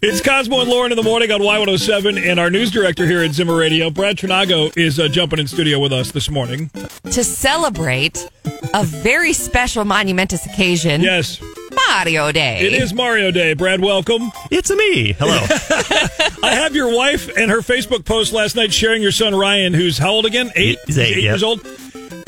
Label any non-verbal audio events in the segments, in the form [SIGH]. It's Cosmo and Lauren in the morning on Y107, and our news director here at Zimmer Radio, Brad Trinago, is uh, jumping in studio with us this morning. to celebrate a very special, monumentous occasion Yes, Mario Day. it is Mario Day. Brad, welcome. It's a me. [LAUGHS] Hello. I have your wife and her Facebook post last night sharing your son Ryan, who's how old again? Eight, He's eight, yeah. years old.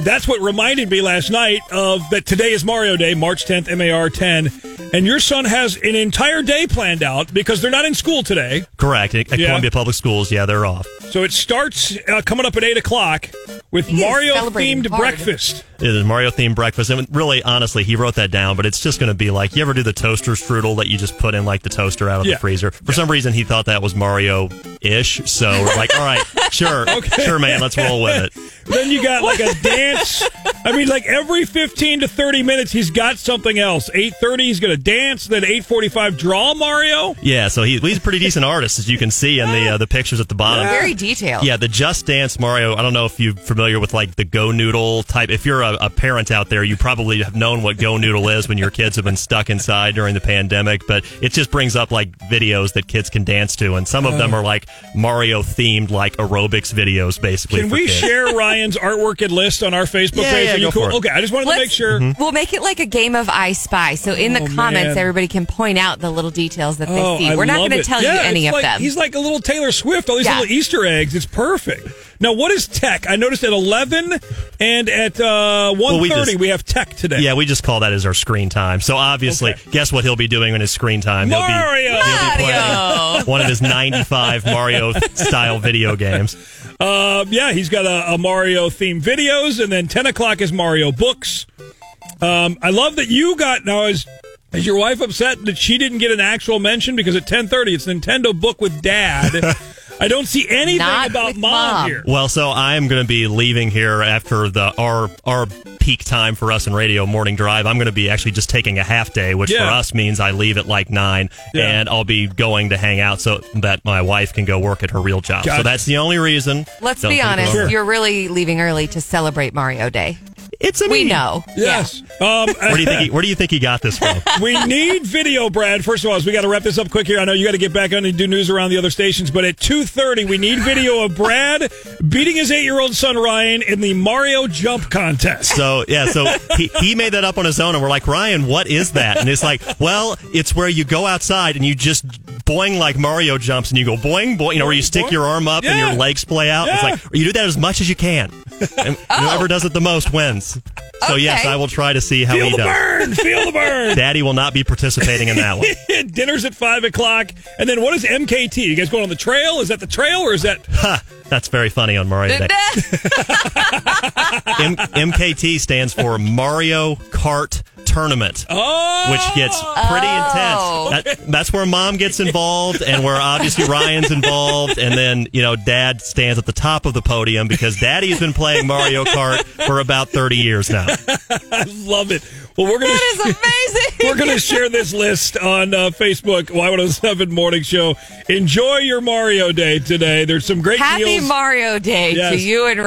That's what reminded me last night of that today is Mario Day, March 10th, MAR 10. And your son has an entire day planned out because they're not in school today. Correct. At Yeah. Columbia Public Schools, yeah, they're off. So it starts uh, coming up at 8 o'clock with He is Mario celebrating themed hard. breakfast. It is Mario themed breakfast. And really, honestly, he wrote that down, but it's just going to be like you ever do the toaster strudel that you just put in like the toaster out of Yeah. the freezer. For some reason, he thought that was Mario ish. So we're like, [LAUGHS] all right, sure, sure, man, let's roll with it. Then you got like a dance. I mean, like every 15 to 30 minutes, he's got something else. 8.30, he's going to dance. Then 8.45, draw Mario. Yeah, so he, he's a pretty decent artist, as you can see in the uh, the pictures at the bottom. very Oh. detailed. Yeah, the Just Dance Mario. I don't know if you're familiar with like the Go Noodle type. If you're a, a parent out there, you probably have known what Go Noodle is when your kids have been stuck inside during the pandemic. But it just brings up like videos that kids can dance to, and some of them are like Mario themed, like aerobics videos, basically. Can for we kids. share Ryan's artwork and list on our Facebook Yeah, page? yeah, Are you go cool? for it. Okay, I just wanted Let's- to make sure. Mm-hmm. We'll make it like a game of I Spy. So in the Mm-hmm. Oh, comments, man. everybody can point out the little details that they Oh, see. I We're not love going to it. tell you Yeah, any it's like- of them. He's like a little Taylor Swift. All these Yeah. little Easter eggs. It's perfect. Now, what is tech? I noticed at eleven and at uh, one we just- we, have tech today. Yeah, we just call that as our screen time. So obviously, Okay. guess what he'll be doing in his screen time? He'll be- Mario! he'll be Mario! playing one of his 95 Mario style video games. Uh, yeah, he's got a, a Mario themed videos, and then ten o'clock is Mario books. Um, I love that you got now. Is is your wife upset that she didn't get an actual mention because at ten thirty it's Nintendo book with Dad. I don't see anything Not about with Mom. here. Well, so I am going to be leaving here after the our our peak time for us in radio morning drive. I'm going to be actually just taking a half day, which for Yeah. us means I leave at like nine, Yeah. and I'll be going to hang out so that my wife can go work at her real job. Gotcha. So that's the only reason. [LAUGHS] Let's Don't be think honest. about it. You're really leaving early to celebrate Mario Day. It's a We meme. know. Yes. [LAUGHS] Um, Where do you think he, where do you think he got [LAUGHS] this from? [LAUGHS] we need video, Brad. First of all, as we got to wrap this up quick here. I know you got to get back on and do news around the other stations, but at two thirty, we need video of Brad beating his eight-year-old son Ryan in the Mario jump contest. So yeah, so he, he made that up on his own, and we're like, Ryan, what is that? And it's like, well, it's where you go outside and you just boing like Mario jumps, and you go boing boing, you know, where you stick your arm up and Yeah. your legs play out. It's Yeah. like you do that as much as you can. And Whoever does it the most wins. So yes, Okay. I will try to see how Feel he the does. [LAUGHS] burn. Feel the burn. Daddy will not be participating in that one. Dinner's at five o'clock, and then what is MKT? You guys going on the trail? Is that the trail or is that? That's very funny on Mario [LAUGHS] Day. M- MKT stands for Mario Kart Tournament. Oh, which gets pretty Oh. intense. That, that's where mom gets involved, and where obviously Ryan's involved, and then you know dad stands at the top of the podium because daddy's been playing Mario Kart for about thirty years now. I love it. Well, we're gonna [LAUGHS] That is amazing. we're gonna share this list on uh, Facebook. Y107 Morning Show. Enjoy your Mario Day today. There's some great Happy deals. Mario Day Yes. to you and